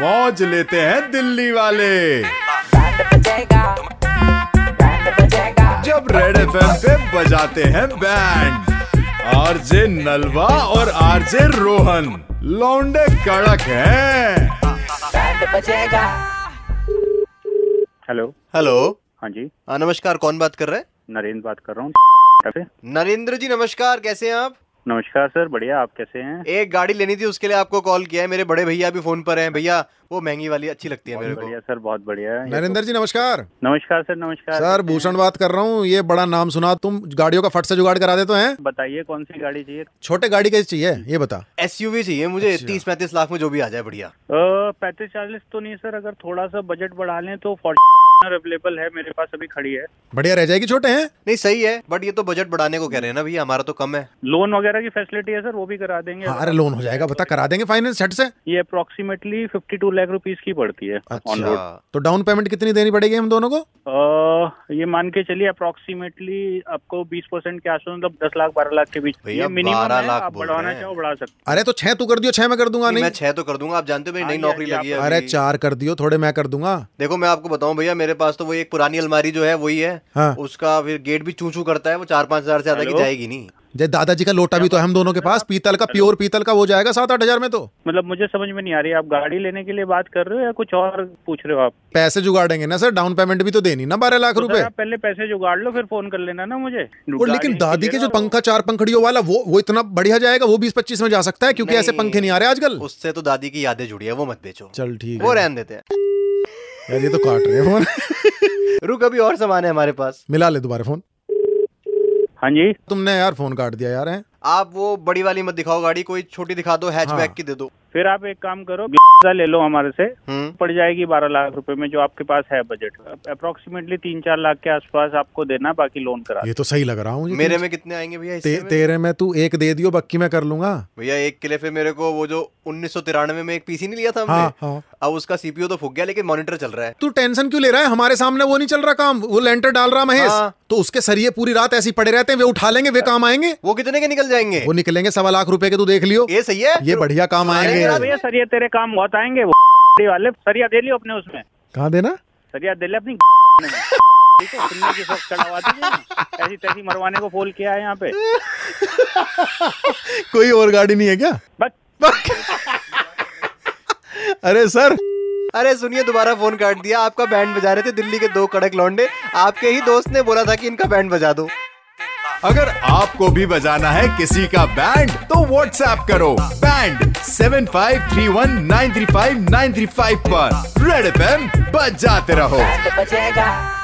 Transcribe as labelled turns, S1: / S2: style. S1: मौज लेते हैं दिल्ली वाले
S2: बैंड बजेगा बैंड बजेगा
S1: जब रेड एफ पे बजाते हैं बैंड आरजे नलवा और आरजे रोहन लौंडे कड़क हैं
S2: बैंड बजेगा
S3: हेलो
S4: हेलो
S3: हाँ जी
S4: हाँ नमस्कार कौन बात कर रहे हैं
S3: नरेंद्र बात कर रहा हूँ से।
S4: नरेंद्र जी नमस्कार कैसे हैं आप
S3: नमस्कार सर बढ़िया आप कैसे हैं
S4: एक गाड़ी लेनी थी उसके लिए आपको कॉल किया है मेरे बड़े भैया अभी फोन पर हैं भैया वो महंगी वाली अच्छी लगती है मेरे को
S3: बढ़िया सर बहुत बढ़िया ये तो-
S5: नरेंद्र जी नमस्कार
S3: नमस्कार सर नमस्कार
S5: सर
S3: कैसे
S5: भूषण बात कर रहा हूँ ये बड़ा नाम सुना तुम गाड़ियों का फट से जुगाड़ करा देते हैं
S3: हैं? बताइए कौन सी गाड़ी चाहिए
S5: छोटे गाड़ी कैसी चाहिए ये बता
S4: एसयूवी चाहिए मुझे तीस पैंतीस लाख में जो भी आ जाए बढ़िया
S3: पैंतीस चालीस तो नहीं सर अगर थोड़ा सा बजट बढ़ा लें तो फॉर्चुनर अवेलेबल है मेरे पास अभी खड़ी है
S5: बढ़िया रह जाएगी छोटे हैं
S4: नहीं सही है बट ये तो बजट बढ़ाने को कह रहे हैं ना भैया हमारा तो कम है
S3: लोन वगैरह की फैसिलिटी है सर वो भी करा देंगे
S5: हाँ अरे लोन हो जाएगा बता करा देंगे फाइनेंस छट से
S3: ये approximately fifty two lakh rupees की पड़ती है ऑन रोड
S4: अच्छा
S5: तो डाउन पेमेंट कितनी देनी पड़ेगी हम दोनों को
S3: ये मान के चलिए अप्रोक्सीमेटली आपको बीस परसेंट के आसपास मतलब दस लाख बारह लाख के बीच
S4: भैया,
S3: ये मिनिमम
S4: 12
S3: है
S4: लाख
S3: आप
S4: बोल
S3: बढ़ाना
S4: रहे हैं।
S3: चाहो बढ़ा सकते
S5: अरे तो छह तू कर दियो छह मैं कर दूंगा
S4: नहीं, मैं
S5: नहीं
S4: छह तो कर दूंगा आप जानते हो मेरी
S3: हाँ
S4: नई
S3: जी,
S4: नौकरी
S3: हाँ जी,
S4: लगी है
S3: आप-
S5: अरे
S4: अभी।
S5: चार कर दियो थोड़े मैं कर दूंगा
S4: देखो मैं आपको बताऊं भैया मेरे पास तो वो एक पुरानी अलमारी जो है वही है
S5: हाँ।
S4: उसका फिर गेट भी चूचू करता है वो चार पाँच हजार से ज्यादा की
S3: हेलो?
S4: जाएगी नहीं
S5: जय दादाजी का लोटा भी तो है हम दोनों के पास पीतल का प्योर पीतल का हो जाएगा सात आठ हजार में तो
S3: मतलब मुझे समझ में नहीं आ रही आप गाड़ी लेने के लिए बात कर रहे हो या कुछ और पूछ रहे हो आप
S5: पैसे जुगाड़ेंगे ना सर डाउन पेमेंट भी तो देनी ना बारह लाख
S3: तो सर,
S5: रुपए
S3: आप पहले पैसे जुगाड़ लो फिर फोन कर लेना ना मुझे
S5: और लेकिन
S3: गाड़ी
S5: दादी के
S3: लेना
S5: जो
S3: हो-
S5: पंखा चार पंखड़ियों वाला वो वो इतना बढ़िया जाएगा वो बीस पच्चीस में जा सकता है क्योंकि ऐसे
S4: नहीं।
S5: पंखे नहीं आ रहे आजकल
S4: उससे तो दादी की यादें जुड़ी है वो मत बेचो
S5: चल ठीक
S4: वो
S5: है
S4: रहन देते हैं
S5: यार ये तो काट रहे हैं फोन
S4: रुक अभी और सामान है हमारे पास
S5: मिला ले दोबारा फोन
S3: हाँ जी
S5: तुमने यार फोन काट दिया यार हैं
S4: आप वो बड़ी वाली मत दिखाओ गाड़ी कोई छोटी दिखा दो हैचबैक
S5: हाँ।
S4: की दे दो
S3: फिर आप एक काम करो Blazer ले लो हमारे से
S4: हम्म
S3: पड़ जाएगी बारह लाख रुपए में जो आपके पास है बजट अप्रोक्सीमेटली तीन चार लाख के आसपास आपको देना बाकी लोन करा
S5: ये तो सही लग रहा हूँ
S4: मेरे में कितने आएंगे भैया
S5: ते,
S4: इससे में?
S5: तेरे में तू एक दे दियो बाकी मैं कर लूंगा
S4: भैया एक किले पे मेरे को वो जो उन्नीस में एक पीसी नहीं लिया था
S5: हाँ
S4: हमने
S5: हाँ
S4: अब उसका सीपीयू तो फूक गया लेकिन मॉनिटर चल रहा है
S5: तू टेंशन क्यों ले रहा है हमारे सामने वो नहीं चल रहा काम वो लेंटर डाल रहा महेश
S4: हाँ।
S5: तो उसके सरिये पूरी रात ऐसे ही पड़े रहते हैं वे उठा लेंगे वे काम आएंगे
S4: वो कितने के निकल जाएंगे
S5: वो निकलेंगे सवा लाख रुपए के तू देख लियो
S4: ये सही है
S5: ये बढ़िया काम
S4: सारे
S5: आएंगे
S4: रात-
S3: भैया सरिया तेरे काम बहुत आएंगे वो गाड़ी वाले सरिया दे लियो अपने उसमें
S5: कहाँ देना
S3: सरिया दे ले अपनी में। ठीक है सुनने की सोच चढ़ावा दीजिए ऐसी तैसी मरवाने को फोन किया है यहाँ पे
S5: कोई और गाड़ी नहीं है क्या
S3: बस
S5: अरे सर
S4: अरे सुनिए दोबारा फोन काट दिया आपका बैंड बजा रहे थे दिल्ली के दो कड़क लौंडे आपके ही दोस्त ने बोला था कि इनका बैंड बजा दो
S1: अगर आपको भी बजाना है किसी का बैंड तो व्हाट्सएप करो band seven five three one nine three five nine three five पर रेड एफ बजाते रहो
S2: बैंड बजेगा